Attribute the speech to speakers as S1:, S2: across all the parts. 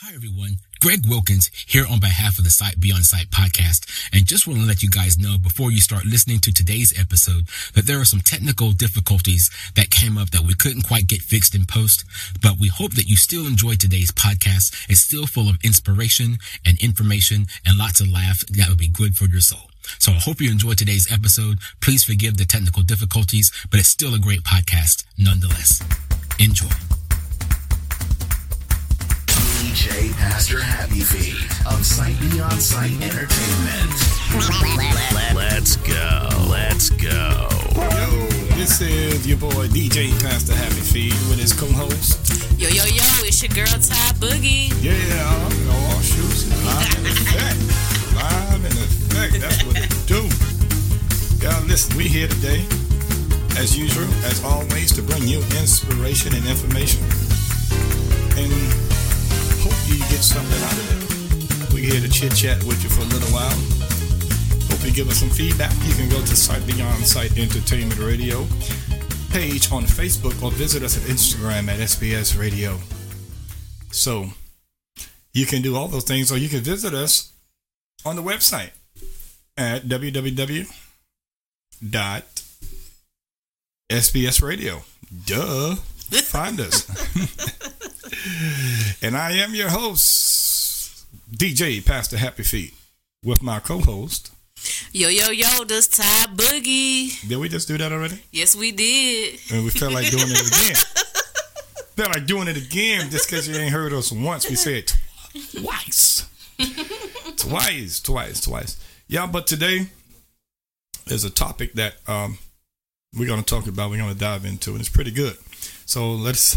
S1: Hi, everyone. Greg Wilkins here on behalf of the Site Beyond Site podcast. And just want to let you guys know before you start listening to today's episode that there are some technical difficulties that came up that we couldn't quite get fixed in post. But we hope that you still enjoy today's podcast. It's still full of inspiration and information and lots of laughs that would be good for your soul. So I hope you enjoyed today's episode. Please forgive the technical difficulties, but it's still a great podcast nonetheless. Enjoy.
S2: DJ Pastor Happy Feet of Sight Beyond Sight Entertainment. Let's go. Let's go.
S3: Yo, this is your boy DJ Pastor Happy Feed with his co-host.
S4: Yo, yo, yo, it's your girl Ty Boogie.
S3: Yeah, oh shoots, live in effect, live in effect. That's what it do. Y'all, listen, we here today, as usual, as always, to bring you inspiration and information, and hope you get something out of it. We here to chit chat with you for a little while. Hope you give us some feedback. You can go to Site Beyond Site Entertainment Radio page on Facebook or visit us at Instagram at SBS Radio. So you can do all those things, or you can visit us on the website at www.sbsradio. Duh. Find us. and I am your host, DJ Pastor Happy Feet, with my co host.
S4: Yo, yo, yo, this Ty Boogie.
S3: Did we just do that already?
S4: Yes, we did.
S3: and we felt like doing it again. felt like doing it again just because you ain't heard us once. We said tw- twice, twice, twice, twice. Yeah, but today there's a topic that um, we're going to talk about. We're going to dive into, and it's pretty good. So let's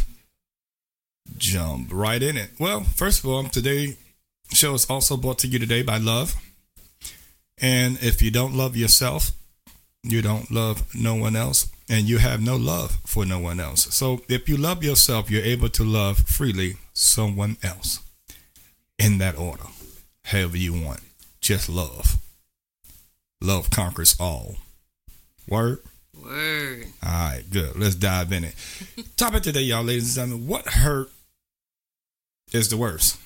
S3: jump right in it. Well, first of all, today show is also brought to you today by love. And if you don't love yourself, you don't love no one else and you have no love for no one else so if you love yourself you're able to love freely someone else in that order however you want just love love conquers all word
S4: Word.
S3: all right good let's dive in it topic today y'all ladies and gentlemen what hurt is the worst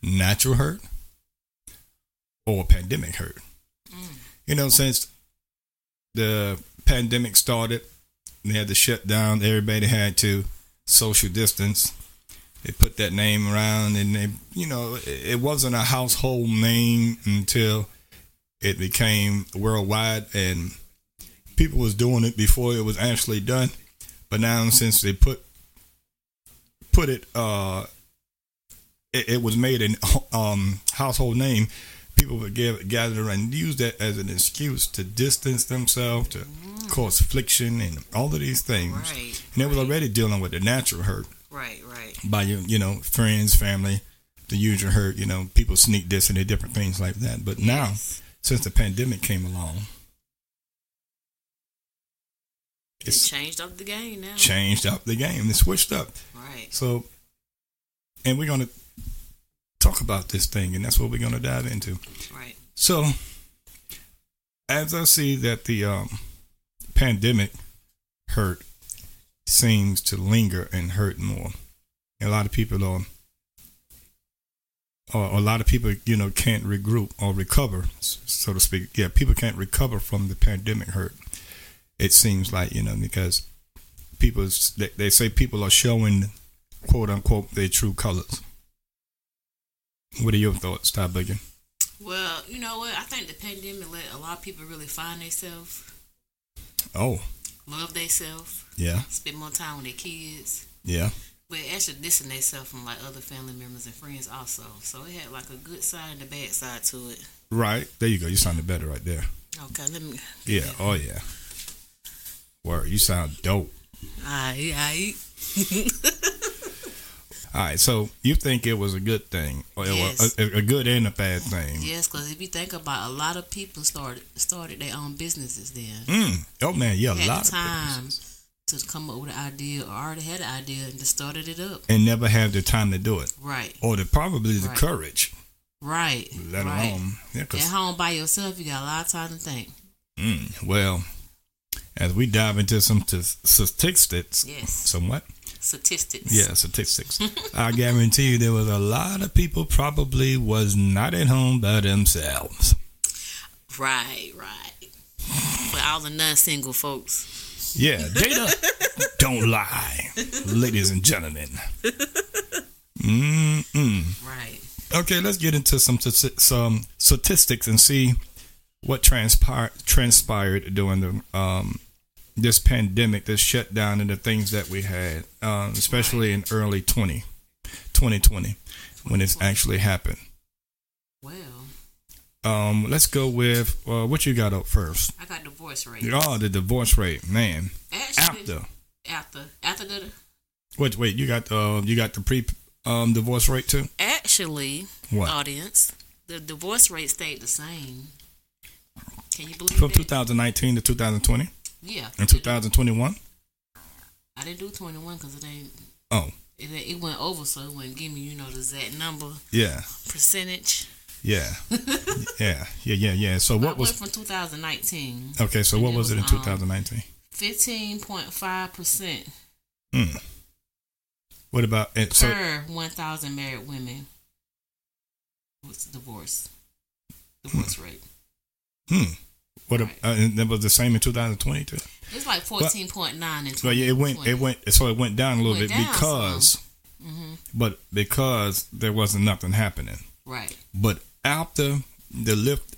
S3: natural hurt or pandemic hurt you know, since the pandemic started, they had to shut down. Everybody had to social distance. They put that name around, and they, you know, it- it wasn't a household name until it became worldwide, and people was doing it before it was actually done. But now, since they put put it, uh, it, it was made an um, household name people would give, gather and use that as an excuse to distance themselves, to cause friction, and all of these things.
S4: Right.
S3: And they was already dealing with the natural hurt
S4: Right, right.
S3: by your, you know, friends, family, the usual hurt. You know, people sneak dissing and different things like that. But now, since the pandemic came along,
S4: It
S3: it's
S4: changed up the game now.
S3: changed up the game. It switched up.
S4: Right.
S3: So, and we're gonna talk about this thing, and that's what we're gonna dive into.
S4: Right.
S3: So, as I see that the um, pandemic hurt seems to linger and hurt more, a lot of people are, or a lot of people, you know, can't regroup or recover, s- so to speak. Yeah, people can't recover from the pandemic hurt. It seems like you know because people s- they, they say people are showing quote unquote their true colors. What are your thoughts, Ty Biggin?
S4: Well, you know what? I think the pandemic let a lot of people really find themselves,
S3: Oh,
S4: love themselves,
S3: yeah.
S4: spend more time with their kids.
S3: Yeah.
S4: But actually distancing themselves from like other family members and friends also. So it had like a good side and a bad side to it.
S3: Right. There you go. You sounded better right there.
S4: Okay, let me
S3: Yeah. Oh yeah. Word. You sound dope.
S4: I I
S3: All right. So you think it was a good thing, or it was
S4: Yes.
S3: a, a good and a bad thing?
S4: Yes, because if you think about, a lot of people started started their own businesses then.
S3: Mm. Oh man. Yeah. A
S4: Had
S3: lot
S4: the
S3: of
S4: time
S3: businesses.
S4: to come up with an idea, or already had an idea and just started it up.
S3: and never have the time to do it,
S4: Right,
S3: or the probably the
S4: Right.
S3: courage,
S4: right,
S3: let
S4: right.
S3: alone yeah. 'cause-
S4: At home by yourself, you got a lot of time to think.
S3: mm, well, as we dive into some t- statistics.
S4: Yes.
S3: Somewhat.
S4: Statistics.
S3: Yeah, statistics. I guarantee you there was a lot of people probably was not at home by themselves.
S4: Right, right. For all the non-single folks.
S3: Yeah, data don't lie, ladies and gentlemen.
S4: Right.
S3: Okay, let's get into some t- some statistics and see what transpired transpired during the um this pandemic, this shutdown, and the things that we had, um, especially in early 20, 2020, when it's actually happened.
S4: Well,
S3: Um, let's go with uh, what you got up first.
S4: I got divorce rate.
S3: Oh, the divorce rate, man.
S4: Actually,
S3: After
S4: After. After the.
S3: wait, wait, you got uh, you got the pre um divorce rate too.
S4: Actually,
S3: What?
S4: audience, the divorce rate stayed the same. Can you believe
S3: From
S4: that?
S3: 2019 to 2020
S4: Yeah.
S3: and 2021.
S4: I didn't do 21 because it ain't.
S3: Oh,
S4: It, ain't- it went over, so it wouldn't give me, you know, the exact number,
S3: yeah,
S4: percentage.
S3: yeah, yeah, yeah, yeah, yeah. So what
S4: But I
S3: was
S4: went from 2019,
S3: okay? So what was it in
S4: Um,
S3: 2019?
S4: 15.5%
S3: Hmm. What about and so
S4: per 1,000 married women was divorce. Divorce rate.
S3: hmm? What ab- uh, and that was the same in 2020 too.
S4: It's like 14.9 in
S3: So yeah, it went, it
S4: 2020.
S3: went, so it went down a little
S4: Went
S3: bit
S4: down some.
S3: because,
S4: Mhm.
S3: but because there wasn't nothing happening.
S4: Right.
S3: But after the lift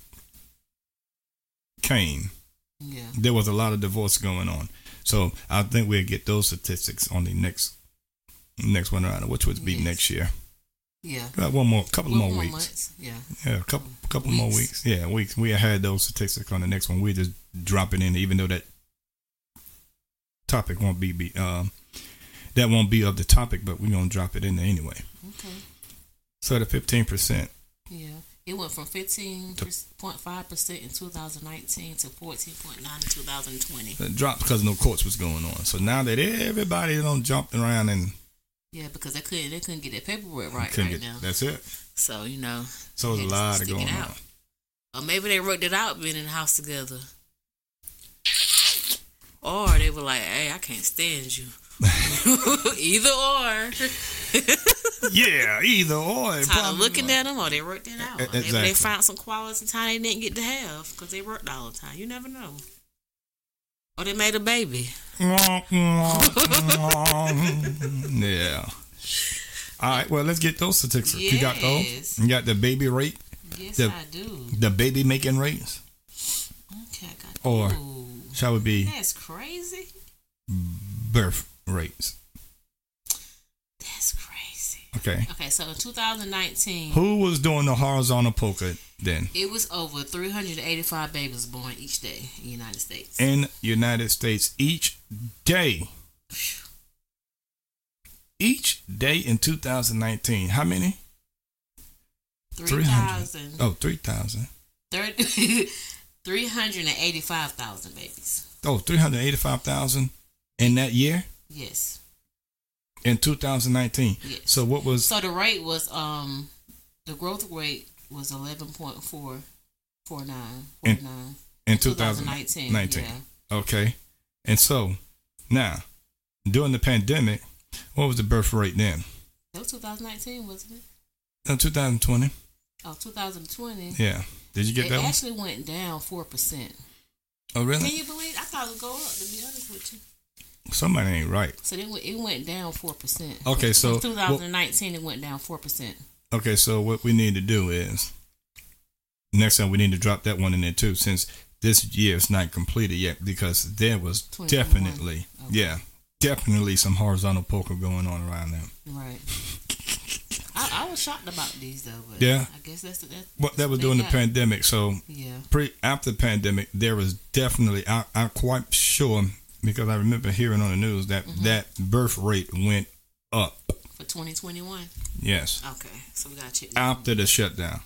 S3: came,
S4: Yeah.
S3: there was a lot of divorce going on. So I think we'll get those statistics on the next next one around, which would be
S4: Yes.
S3: next year.
S4: Yeah.
S3: Got one more, couple
S4: Well,
S3: more
S4: one
S3: weeks.
S4: month, Yeah.
S3: Yeah, a couple, couple more weeks.
S4: Weeks.
S3: Yeah, weeks. We had those statistics on the next one. We're just dropping in, even though that topic won't be, be um, that won't be of the topic, but we're gonna drop it in there anyway.
S4: Okay.
S3: So the fifteen percent.
S4: Yeah. It went from 15.5% in 2019 to 14.9 in 2020.
S3: It uh, dropped because no courts was going on. So now that everybody don't jumping around and
S4: Yeah, because they couldn't they couldn't get their paperwork right
S3: couldn't
S4: right
S3: get-
S4: now.
S3: that's it.
S4: So you know,
S3: So it's
S4: they
S3: a
S4: just
S3: lot of
S4: stick it
S3: going
S4: out.
S3: on.
S4: or maybe they worked it out being in the house together. Or they were like, "Hey, I can't stand you." Either or,
S3: yeah, either or. it
S4: tired of
S3: probably
S4: looking
S3: was.
S4: at them, or they worked it out.
S3: E-
S4: Or Maybe
S3: exactly.
S4: they found some quality time they didn't get to have because they worked all the time. You never know. Or they made a baby.
S3: yeah. All right. Well, let's get those statistics. You got those.
S4: Yes.
S3: You got the baby rate,
S4: Yes,
S3: The-
S4: I do.
S3: the baby making rates,
S4: Okay, I got.
S3: Or-
S4: Ooh,
S3: shall we be
S4: that's crazy.
S3: birth rates?
S4: That's crazy.
S3: Okay.
S4: Okay, so in 2019,
S3: Who was doing the horizontal poker then
S4: It was over 385 babies born each day in the United States.
S3: in United States each day? Each day in 2019. How many?
S4: 3,000
S3: Oh, 3,000.
S4: thirty- 385,000 babies.
S3: Oh, 385,000 in that year
S4: Yes.
S3: in 2019.
S4: Yes.
S3: So what was
S4: So the rate was um the growth rate was 11.449
S3: In-
S4: 49
S3: in
S4: 2019.
S3: 2019.
S4: Yeah.
S3: Okay. And so now, during the pandemic, what was the birth rate then? Uh,
S4: That was 2019, wasn't it?
S3: No, 2020.
S4: Oh, 2020.
S3: Yeah. Did you get
S4: it
S3: that one?
S4: actually went down 4%.
S3: Oh,
S4: Can
S3: really?
S4: you believe? I thought it would go up, to be honest with you.
S3: Somebody ain't right.
S4: So it went, it went down 4%.
S3: Okay, so
S4: From
S3: what,
S4: 2019, it went down 4%.
S3: okay, so what we need to do is next time we need to drop that one in there too, since this year is not completed yet because there was
S4: 21.
S3: definitely,
S4: Okay.
S3: yeah, definitely some horizontal poker going on around them.
S4: Right. I, I was shocked about these though. But
S3: Yeah.
S4: I guess that's the that.
S3: But that was
S4: they
S3: during the
S4: got-
S3: pandemic, so
S4: Yeah.
S3: pre after the pandemic, there was definitely I, I'm quite sure because I remember hearing on the news that that birth rate went up.
S4: For 2021.
S3: Yes,
S4: Okay. So we gotta check. That.
S3: after the shutdown,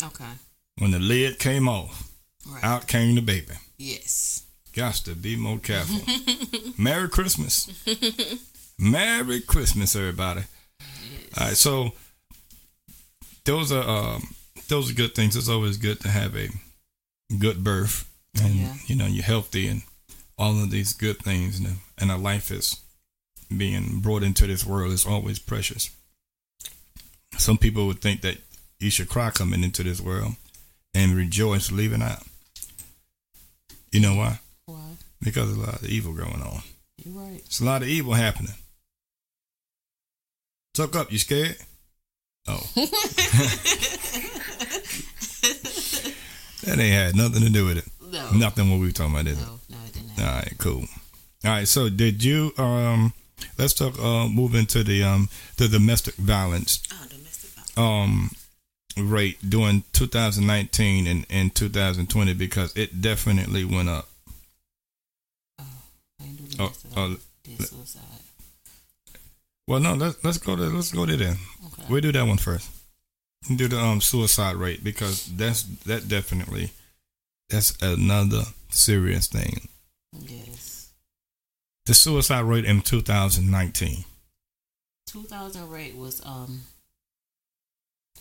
S4: okay.
S3: when the lid came off,
S4: Right.
S3: out came the baby.
S4: yes.
S3: Got to be more careful. Merry Christmas. Merry Christmas, everybody. All right, so those are um, those are good things. It's always good to have a good birth, and
S4: Yeah.
S3: you know you're healthy and all of these good things and, and our life is being brought into this world is always precious. Some people would think that you should cry coming into this world and rejoice leaving out. You know why?
S4: Why?
S3: Because there's a lot of evil going on.
S4: You're right.
S3: It's a lot of evil happening. Tuck up, you scared? Oh. that ain't had nothing to do with it.
S4: No.
S3: Nothing what we were talking about, did it?
S4: No, no, it didn't
S3: All
S4: happen.
S3: right, cool. All right, so did you um let's talk uh move into the um the domestic violence
S4: Oh, domestic violence.
S3: um rate during 2019 and, and 2020 because it definitely went up.
S4: Oh, I didn't do
S3: Oh,
S4: domestic
S3: oh,
S4: violence. Did suicide.
S3: Well, no, let's let's go to let's go to there.
S4: Okay.
S3: We'll do that one first. Do the um suicide rate because that's that definitely that's another serious thing.
S4: Yes.
S3: The suicide rate in 2019.
S4: 2000 rate was, um,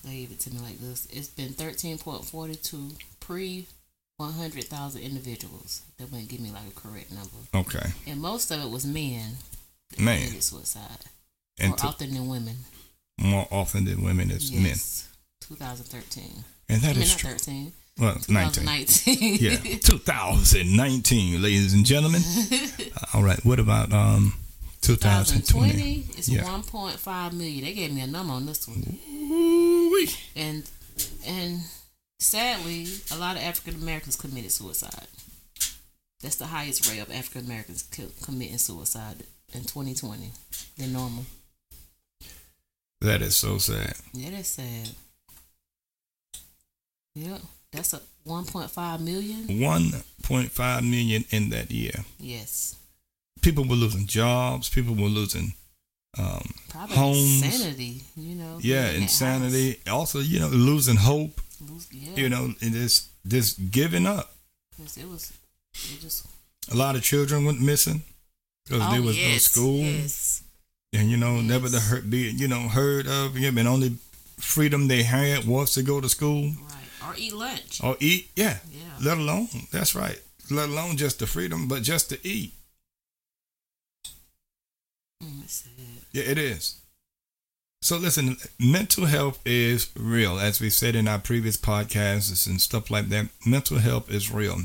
S4: they gave it to me like this. It's been 13.42 pre 100,000 individuals. They wouldn't give me like a correct number.
S3: Okay,
S4: And most of it was men that
S3: Man.
S4: committed suicide.
S3: and
S4: more
S3: to-
S4: often than women.
S3: more often than women is men,
S4: Yes. 2013.
S3: and
S4: I
S3: that
S4: mean,
S3: is
S4: not
S3: true.
S4: 13.
S3: Well, 19.
S4: 2019.
S3: Yeah, 2019, ladies and gentlemen. All right, what about um 2020?
S4: 2020 is
S3: Yeah.
S4: 1.5 million. They gave me a number on this one,
S3: Ooh-wee.
S4: and and sadly, a lot of African Americans committed suicide. That's the highest rate of African Americans co- committing suicide in 2020 than normal.
S3: That is so sad.
S4: Yeah, that's sad. Yep, that's a 1.5 million.
S3: 1.5 million in that year.
S4: Yes,
S3: People were losing jobs. People were losing um,
S4: probably
S3: Homes.
S4: insanity. You know.
S3: yeah,
S4: being in that
S3: insanity. Also, you know, losing hope.
S4: house. Lose- Yeah,
S3: You know, and this this giving up.
S4: 'cause it was. It just.
S3: A lot of children went missing because there was no school,
S4: Oh, Yes.
S3: and you know, never to
S4: Yes.
S3: heard, be you know heard of. You know, and only freedom they had was to go to school
S4: Right. Or eat lunch.
S3: or eat. Yeah,
S4: Yeah.
S3: let alone that's right. Let alone just the freedom, but just to eat.
S4: Mm, that's sad.
S3: Yeah, it is. So listen, mental health is real. As we said in our previous podcasts and stuff like that, mental health is real.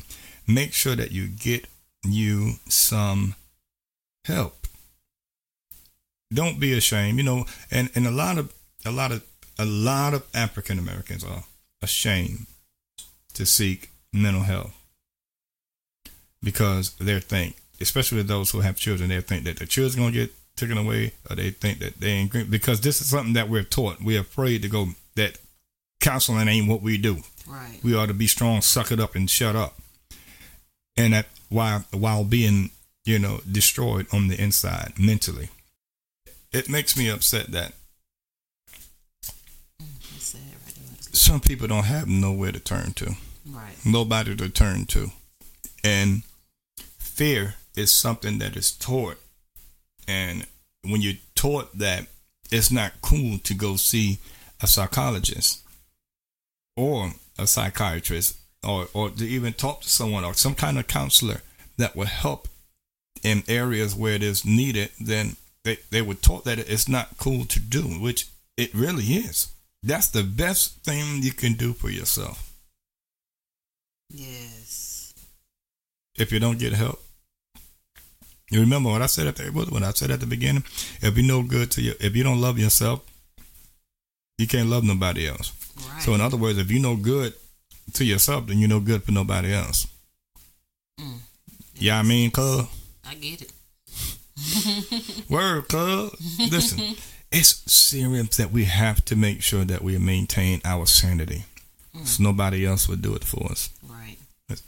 S3: Make sure that you get you some help. Don't be ashamed, you know, and, and a lot of a lot of a lot of African Americans are ashamed to seek mental health because they think, especially those who have children, they think that their children's gonna get taken away, or they think that they ain't green because this is something that we're taught. We're afraid to go that counseling ain't what we do.
S4: Right.
S3: We ought to be strong, suck it up, and shut up. And that while while being you know destroyed on the inside mentally, it makes me upset that
S4: Mm, that's sad right there. That's-
S3: some people don't have nowhere to turn to.
S4: Right.
S3: nobody to turn to. And fear is something that is taught. And when you're taught that, it's not cool to go see a psychologist or a psychiatrist or, or to even talk to someone or some kind of counselor that will help in areas where it is needed, then they, they were taught that it's not cool to do, which it really is. That's the best thing you can do for yourself.
S4: Yes.
S3: if you don't get help. You remember what I said at the what I said at the beginning? If you no good to you, if you don't love yourself, you can't love nobody else.
S4: Right.
S3: So in other words, if you no good to yourself, then you no good for nobody else.
S4: Mm.
S3: Yeah, I mean, cuz
S4: I get it.
S3: word, cuz listen, it's serious that we have to make sure that we maintain our sanity. So nobody else would do it for us.
S4: Right.
S3: That's-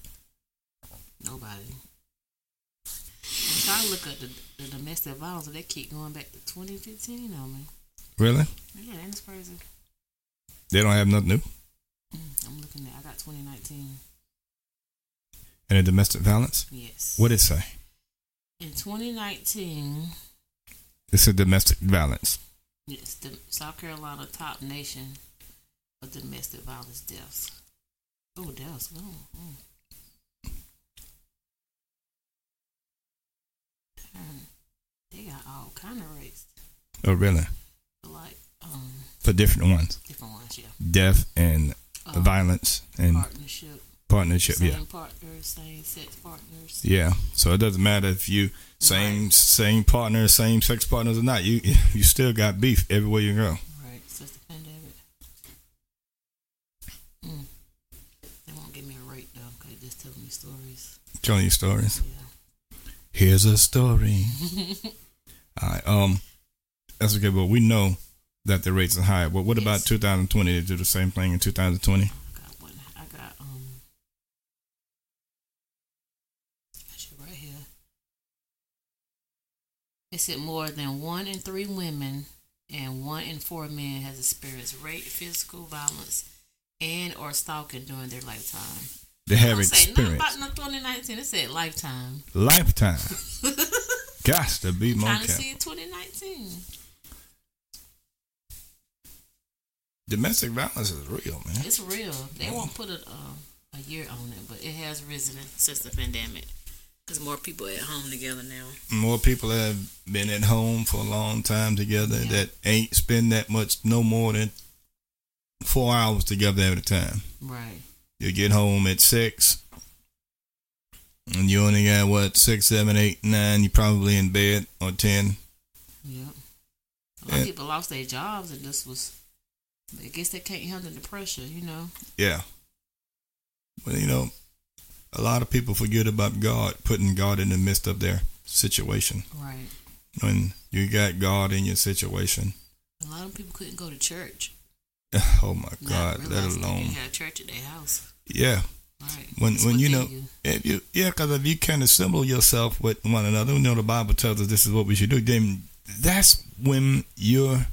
S4: Nobody. I'm trying to look at the, the domestic violence, but they keep going back to 2015 on me.
S3: Really?
S4: Yeah, that's crazy.
S3: They don't have nothing new.
S4: Mm, I'm looking at. I got 2019.
S3: And the domestic violence.
S4: Yes.
S3: What it say?
S4: In 2019,
S3: This is domestic violence.
S4: yes, the South Carolina top nation of domestic violence deaths. hmm. Oh, deaths. Oh, oh. kind. They got all kind of rates,
S3: Oh, really?
S4: like um
S3: For different ones,
S4: different ones. Yeah,
S3: death and
S4: Uh,
S3: violence and
S4: partnership,
S3: partnership.
S4: same
S3: Yeah,
S4: partners, same sex partners.
S3: yeah. So it doesn't matter if you same same partner, same sex partners or not. You you still got beef everywhere you go.
S4: Right, since the pandemic. Mm. They won't give me a rate though, cause they just telling me stories.
S3: Telling you stories.
S4: Yeah.
S3: Here's a story. All right. Um, that's okay. But we know that the rates are higher. But what about
S4: Yes.
S3: 2020? They do the same thing in 2020.
S4: I got one. I got um. Actually, right here. It said more than one in three women and one in four men has experienced rape, physical violence, and or stalking during their lifetime.
S3: They have
S4: I'm saying not
S3: experience.
S4: about no 2019. It said lifetime.
S3: Lifetime. Gosh, to be more
S4: Trying to
S3: careful.
S4: see 2019.
S3: Domestic violence is real, man.
S4: It's real. They won't put a um, a year on it, but it has risen since the pandemic because more people at home together now.
S3: More people have been at home for a long time together that ain't spend that much, no more than four hours together at a time.
S4: Right.
S3: You get home at six, and you only got what six, seven, eight, nine. You probably in bed or ten.
S4: Yep. A lot of
S3: Yeah.
S4: people lost their jobs, and this was. I guess they can't handle the pressure, you know.
S3: Yeah. Well, you know, a lot of people forget about God, putting God in the midst of their situation.
S4: Right.
S3: When you got God in your situation,
S4: A lot of people couldn't go to church.
S3: oh my
S4: not
S3: God, let
S4: realizing They
S3: alone
S4: had church at their house.
S3: yeah.
S4: Right.
S3: When
S4: That's
S3: when
S4: what
S3: you
S4: they
S3: know
S4: do.
S3: if you yeah, because if you can assemble yourself with one another, you know the Bible tells us this is what we should do. Then that's when your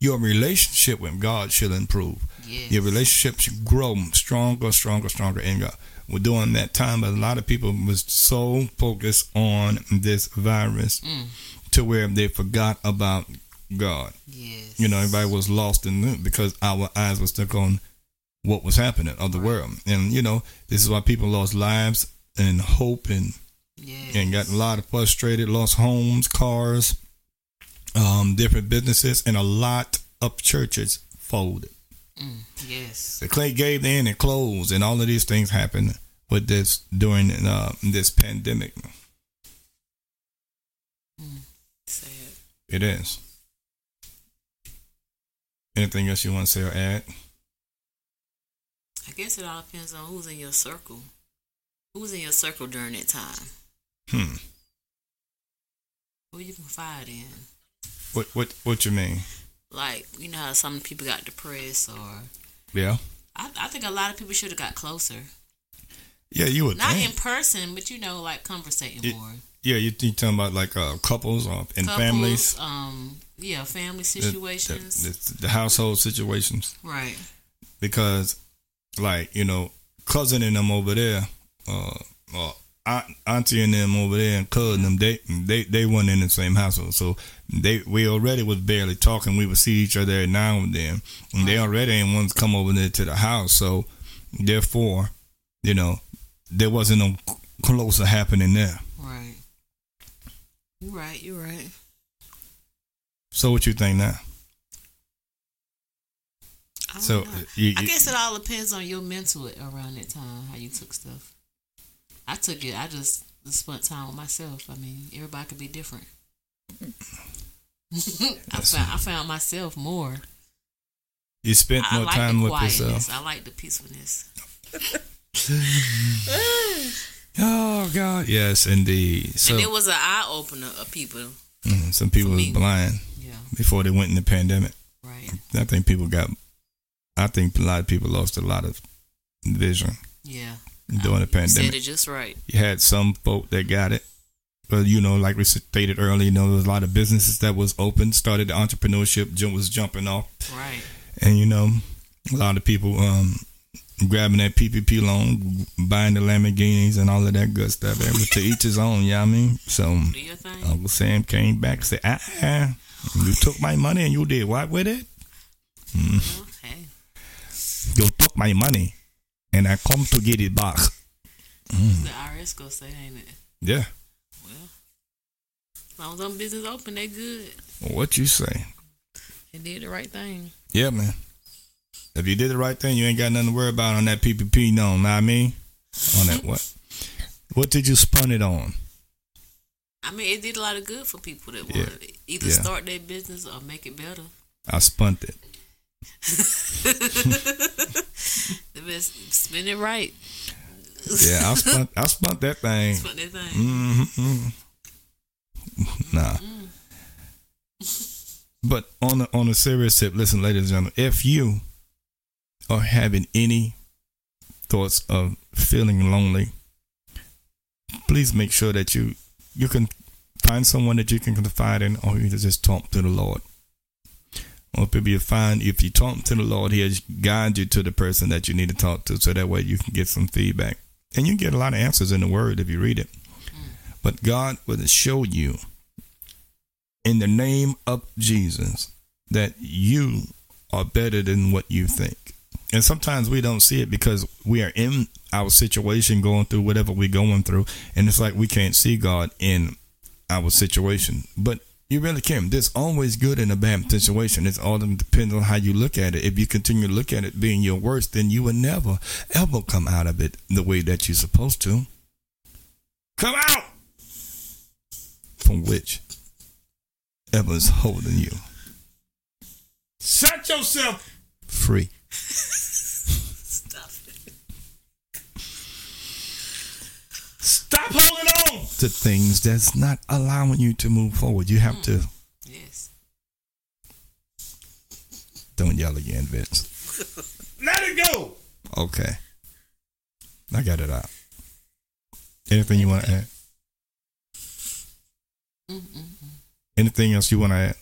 S3: your relationship with God should improve.
S4: Yes.
S3: Your relationship should grow stronger, stronger, stronger in God. Well, during that time, a lot of people was so focused on this virus
S4: Mm.
S3: to where they forgot about God.
S4: Yes.
S3: You know, everybody was lost in it because our eyes were stuck on what was happening of the
S4: Right.
S3: world. And, you know, this is why people lost lives and hope and,
S4: Yes.
S3: and got a lot of frustrated, lost homes, cars, um, different businesses, and a lot of churches folded.
S4: Mm. Yes.
S3: The Clay gave in and closed, and all of these things happened with this during uh, this pandemic.
S4: Sad.
S3: It is. Anything else you want to say or add?
S4: I guess it all depends on who's in your circle. Who's in your circle during that time?
S3: Hmm.
S4: Who you confide in?
S3: What what what you mean?
S4: Like, you know how some people got depressed, or
S3: Yeah.
S4: I, I think a lot of people should have got closer.
S3: Yeah, you would.
S4: Not
S3: think.
S4: in person, but you know, like conversating
S3: It-
S4: more.
S3: yeah, you you talking about like uh, couples or, and families,
S4: Um, yeah, family
S3: The- the-
S4: situations.
S3: the, the household situations,
S4: right.
S3: because like you know, cousin and them over there, uh, or aunt, auntie and them over there, and cousin them, they they they weren't in the same household, so they we already was barely talking. We would see each other every now and then, and they already ain't ones come over there to the house, so therefore, you know, there wasn't no c- closer happening there.
S4: Right. You right. You right.
S3: So what you think now?
S4: I don't
S3: So uh,
S4: know.
S3: you,
S4: I
S3: you-
S4: guess it all depends on your mental around that time, how you took stuff. I took it. I just spent time with myself. I mean, everybody could be different. I found I found myself more.
S3: You spent
S4: I
S3: more
S4: like
S3: time
S4: the
S3: with uh,
S4: quietness.
S3: yourself.
S4: I like the peacefulness.
S3: Oh God, yes, indeed. So
S4: and it was an eye opener of people.
S3: mm, some people
S4: for
S3: was
S4: me.
S3: blind
S4: Yeah.
S3: before they went in the pandemic.
S4: Right.
S3: I think people got. I think a lot of people lost a lot of vision
S4: Yeah.
S3: during the
S4: You said
S3: pandemic.
S4: it just right.
S3: You had some folk that got it, but you know, like we stated earlier, you know, there was a lot of businesses that was open, started the entrepreneurship, ju- was jumping off,
S4: Right.
S3: and you know, a lot of people um grabbing that PPP loan, buying the Lamborghinis and all of that good stuff. That was to each his own. You know what I mean? So.
S4: Do your thing.
S3: Uncle Sam came back and said, ah, ah, You took my money and you did what with it?
S4: Uh-huh. Hey.
S3: You took my money and I come to get it back. mm.
S4: The IRS gonna say, ain't it?
S3: Yeah.
S4: Well, As long as them business open, they good.
S3: What you say?
S4: They did the right thing.
S3: Yeah, man. If you did the right thing, you ain't got nothing to worry about on that PPP. No, know what I mean, on that what? What did you spun it on?
S4: I mean, it did a lot of good for people that
S3: Yeah.
S4: want to either
S3: Yeah.
S4: start their business or make it better.
S3: I spunted it.
S4: The best, spend it right.
S3: Yeah, I mm. spun. I spun that thing.
S4: That's what they think.
S3: Mm-hmm. Nah. But on the on a serious tip, listen, ladies and gentlemen, if you are having any thoughts of feeling lonely, please make sure that you you can find someone that you can confide in, or you can just talk to the Lord. Or if you find if you talk to the Lord, He'll guide you to the person that you need to talk to, so that way you can get some feedback, and you get a lot of answers in the Word if you read it. But God will show you in the name of Jesus that you are better than what you think. And sometimes we don't see it because we are in our situation going through whatever we're going through. And it's like we can't see God in our situation. But you really can. There's always good in a bad situation. It's all depends on how you look at it. If you continue to look at it being your worst, then you will never, ever come out of it the way that you're supposed to. Come out! From which ever's holding you
S2: Shut yourself.
S3: free.
S4: Stop it.
S2: Stop holding on.
S3: to things that's not allowing you to move forward. You have to.
S4: Yes.
S3: Don't yell again, Vince.
S2: Let it go.
S3: Okay. I got it out. Anything you want to add? Anything else you want to add?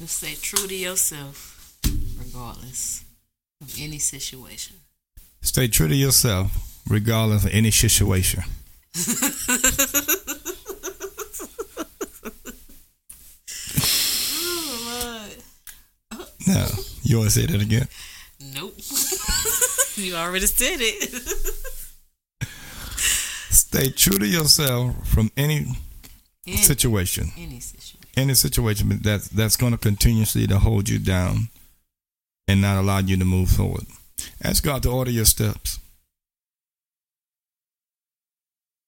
S4: Just stay true to yourself, regardless of any situation.
S3: Stay true to yourself, regardless of any situation.
S4: Oh, Lord.
S3: No. You want to say that again?
S4: Nope. you already said it.
S3: Stay true to yourself from any
S4: In
S3: situation.
S4: any situation.
S3: Any situation but that's, that's going to continuously to hold you down and not allow you to move forward. Ask God to order your steps.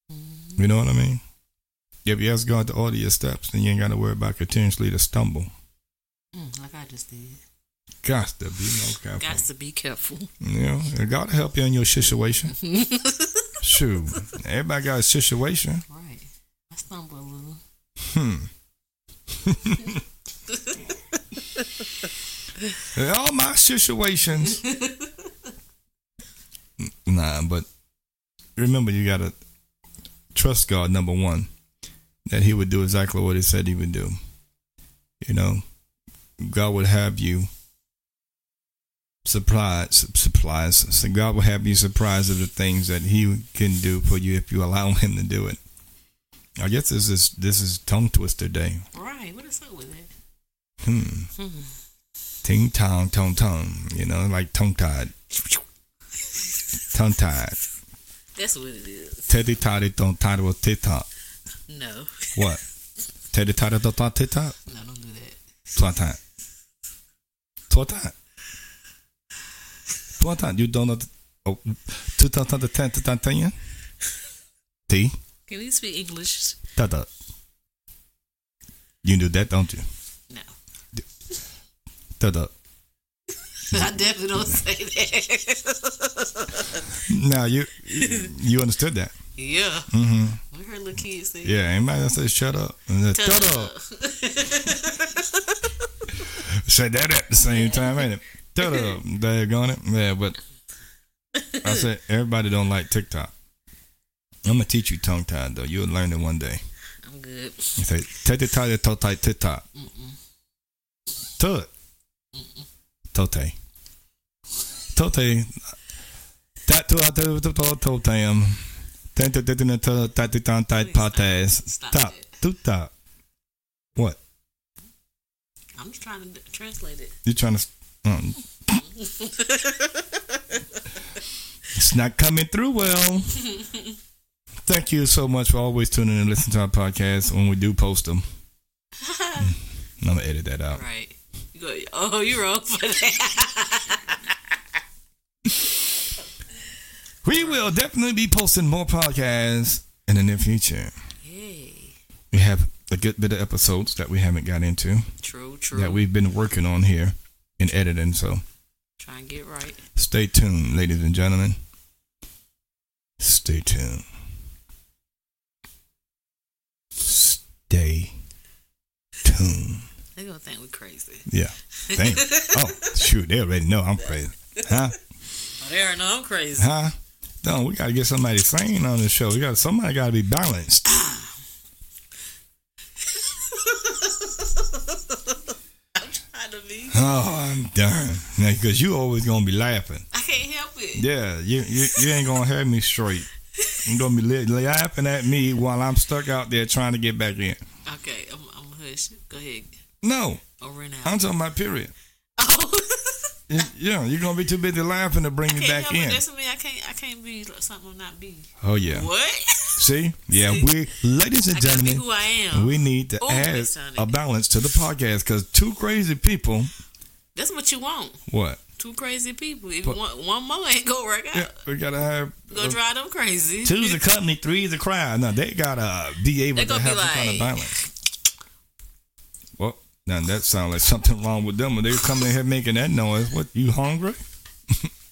S3: You know what I mean? If you ask God to order your steps, then you ain't got to worry about continuously to stumble.
S4: Mm, like I just did.
S3: Got to be more careful.
S4: Got to be careful.
S3: You know, and God will help you in your situation. Shoot, everybody got a situation.
S4: Right. I stumble a little.
S3: Hmm. In all my situations. nah, but remember, you gotta trust God. Number one, that He would do exactly what He said He would do. You know, God would have you supplied, su- supplies. So God will have you surprised of the things that He can do for you if you allow Him to do it. I guess this is this is tongue twister day.
S4: Right. What is up with that?
S3: Hmm.
S4: Hmm.
S3: Ting tong tong tong. You know, like tongue tied, tongue tied.
S4: That's what it is.
S3: Teddy toddy don't title with TikTok.
S4: No.
S3: What? Teddy toddy don't title TikTok.
S4: No, don't do that.
S3: Twat time. Twat time. Twat time. You don't know. th- Oh, two thousand ten, ten, ten, ten, yeah. T.
S4: Can you speak English?
S3: Da da. You do that, don't you?
S4: No.
S3: Da da.
S4: I definitely don't say that.
S3: Now you you understood that.
S4: yeah.
S3: Mm-hmm.
S4: We heard little kids say
S3: Yeah, anybody that says shut up, and then, shut up. Say that at the same time, ain't it? Shut up. Daggone it. Yeah, but I said everybody don't like TikTok. I'm gonna teach you tongue tied though. You'll learn it one day.
S4: I'm good.
S3: You say tete tete tote TikTok. Tut. Tote. Tote. Tatu atu toto totem. Tente tetina tati tan tat pates.
S4: Stop
S3: Top.
S4: it.
S3: Tuta. What?
S4: I'm just trying to d- translate it.
S3: You trying to? Um, it's not coming through well. Duh. Thank you so much for always tuning in and listening to our podcast when we do post them. I'm gonna edit that out.
S5: Right. You go, oh, you wrong for that.
S3: We will definitely be posting more podcasts in the near future.
S5: Hey.
S3: We have a good bit of episodes that we haven't got into
S5: True, true.
S3: that we've been working on here and editing. So
S5: Try and get right.
S3: stay tuned, ladies and gentlemen. Stay tuned. Stay tuned.
S5: They're going to think we're crazy.
S3: Yeah. Damn. oh, shoot. They already know I'm crazy. Huh?
S5: Oh, they already know I'm crazy.
S3: Huh? No, we got to get somebody sane on this show. We got somebody got to be balanced.
S5: Trying to be.
S3: Oh, I'm done. Because you always going to be laughing.
S5: I can't help it.
S3: Yeah, you you, you ain't going to have me straight. You're going to be li- laughing at me while I'm stuck out there trying to get back in.
S5: Okay, I'm, I'm hush. Go ahead.
S3: No,
S5: Over and out.
S3: I'm talking about period.
S5: Oh.
S3: You- Yeah, you're going to be too busy laughing to bring me
S5: can't
S3: back
S5: help
S3: in.
S5: it. That's me. I can't. I can't be like something I'm not be.
S3: Oh, yeah.
S5: What?
S3: See? Yeah, we, ladies and
S5: I gotta be
S3: gentlemen.
S5: who I am.
S3: We need to
S5: Ooh,
S3: add
S5: Miss Sonic.
S3: a balance to the podcast because two crazy people.
S5: That's what you want.
S3: What?
S5: Two crazy people. If
S3: But-
S5: one, one more ain't gonna work out,
S3: Yeah, we gotta have uh,
S5: go Uh, drive them crazy.
S3: two's the company, three's the crowd. No, they gotta uh, be able
S5: They
S3: to
S5: gonna
S3: have
S5: be
S3: some kind of
S5: like-
S3: balance. Well, now that sounds like something wrong with them when they come in here making that noise. What? You hungry?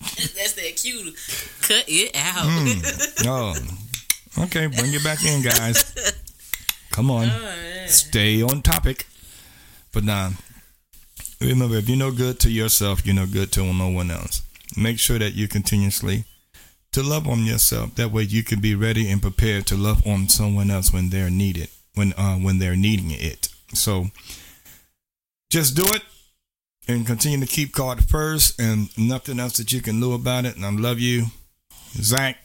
S5: That's that cue. to Cut it out.
S3: Oh, okay. Bring it back in, guys. Come
S5: Oh,
S3: on, Hmm. stay on topic. But nah, remember if you're no good to yourself, you're no good to no one else. Make sure that you continuously to love on yourself. That way, you can be ready and prepared to love on someone else when they're needed. When uh, when they're needing it. So, just do it. And continue to keep God first, and nothing else that you can do about it. And I love you. Zach.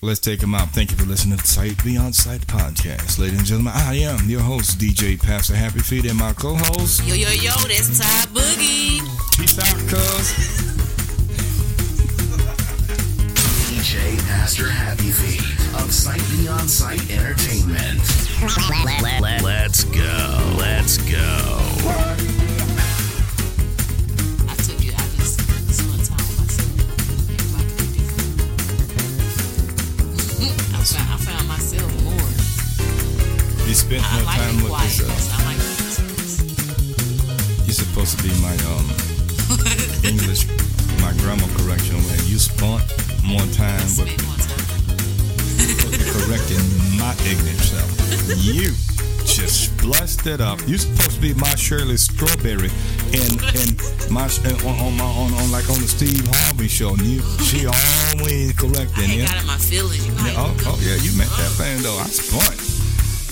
S3: Let's take him out. Thank you for listening to Sight Beyond Sight podcast. Ladies and gentlemen, I am your host, DJ Pastor Happy Feet, and my co host,
S5: Yo yo yo, that's Ty Boogie.
S3: Peace Out Cuz.
S2: DJ Pastor Happy Feet of Sight Beyond Sight Entertainment. Let's go. Let's go.
S4: I took you. I just spent time with myself. Like, be different. I found, I found myself more.
S3: You spent
S4: I
S3: more
S4: like
S3: time
S4: the
S3: with
S4: quiet.
S3: yourself.
S4: I like the
S3: You're supposed to be my um, English, my grammar correction where you spent more time with
S4: spend more time.
S3: correcting my ignorant self. You just blessed it up. You supposed to be my Shirley Strawberry and and my and on, on my on, on like on the Steve Harvey show. And you she always
S5: I
S3: correcting you.
S5: ain't got in my feelings. You like,
S3: Oh, oh yeah, you met that thing though. I spent.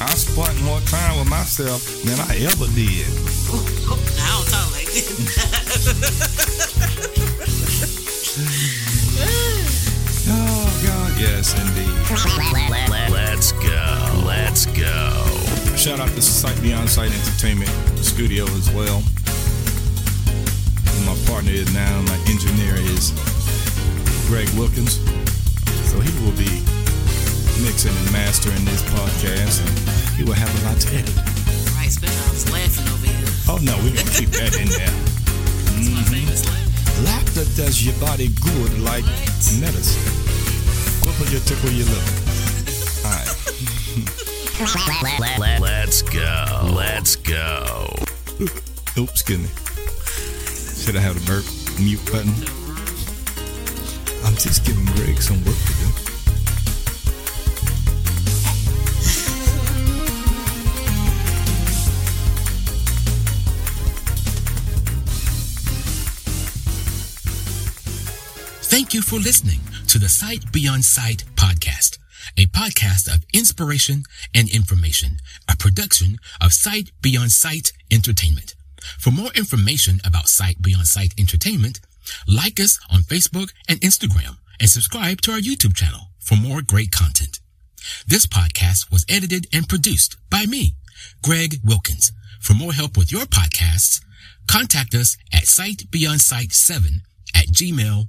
S3: I spent more time with myself than I ever did.
S5: oh, nah, I don't talk like this.
S3: Oh God, yes indeed.
S2: Let's go. Let's go.
S3: Shout out to Sight Beyond Sight Entertainment Studio as well. Who my partner is now, my engineer is Greg Wilkins. So he will be mixing and mastering this podcast and he will have a lot to edit.
S5: Right, especially I was laughing over here.
S3: Oh no, we're gonna keep that in there.
S5: That's my
S3: Mm-hmm.
S5: famous laugh.
S3: Laughter does your body good like
S5: What?
S3: medicine. Wiggle your tickle your lip. Alright.
S2: Let's go. Let's go.
S3: Oops, excuse me. Should I have the burp mute button? I'm just giving Greg some work to do.
S1: Thank you for listening to the Sight Beyond Sight podcast, a podcast of inspiration and information, a production of Sight Beyond Sight Entertainment. For more information about Sight Beyond Sight Entertainment, like us on Facebook and Instagram and subscribe to our YouTube channel for more great content. This podcast was edited and produced by me, Greg Wilkins. For more help with your podcasts, contact us at sightbeyondsight7 at gmail.com.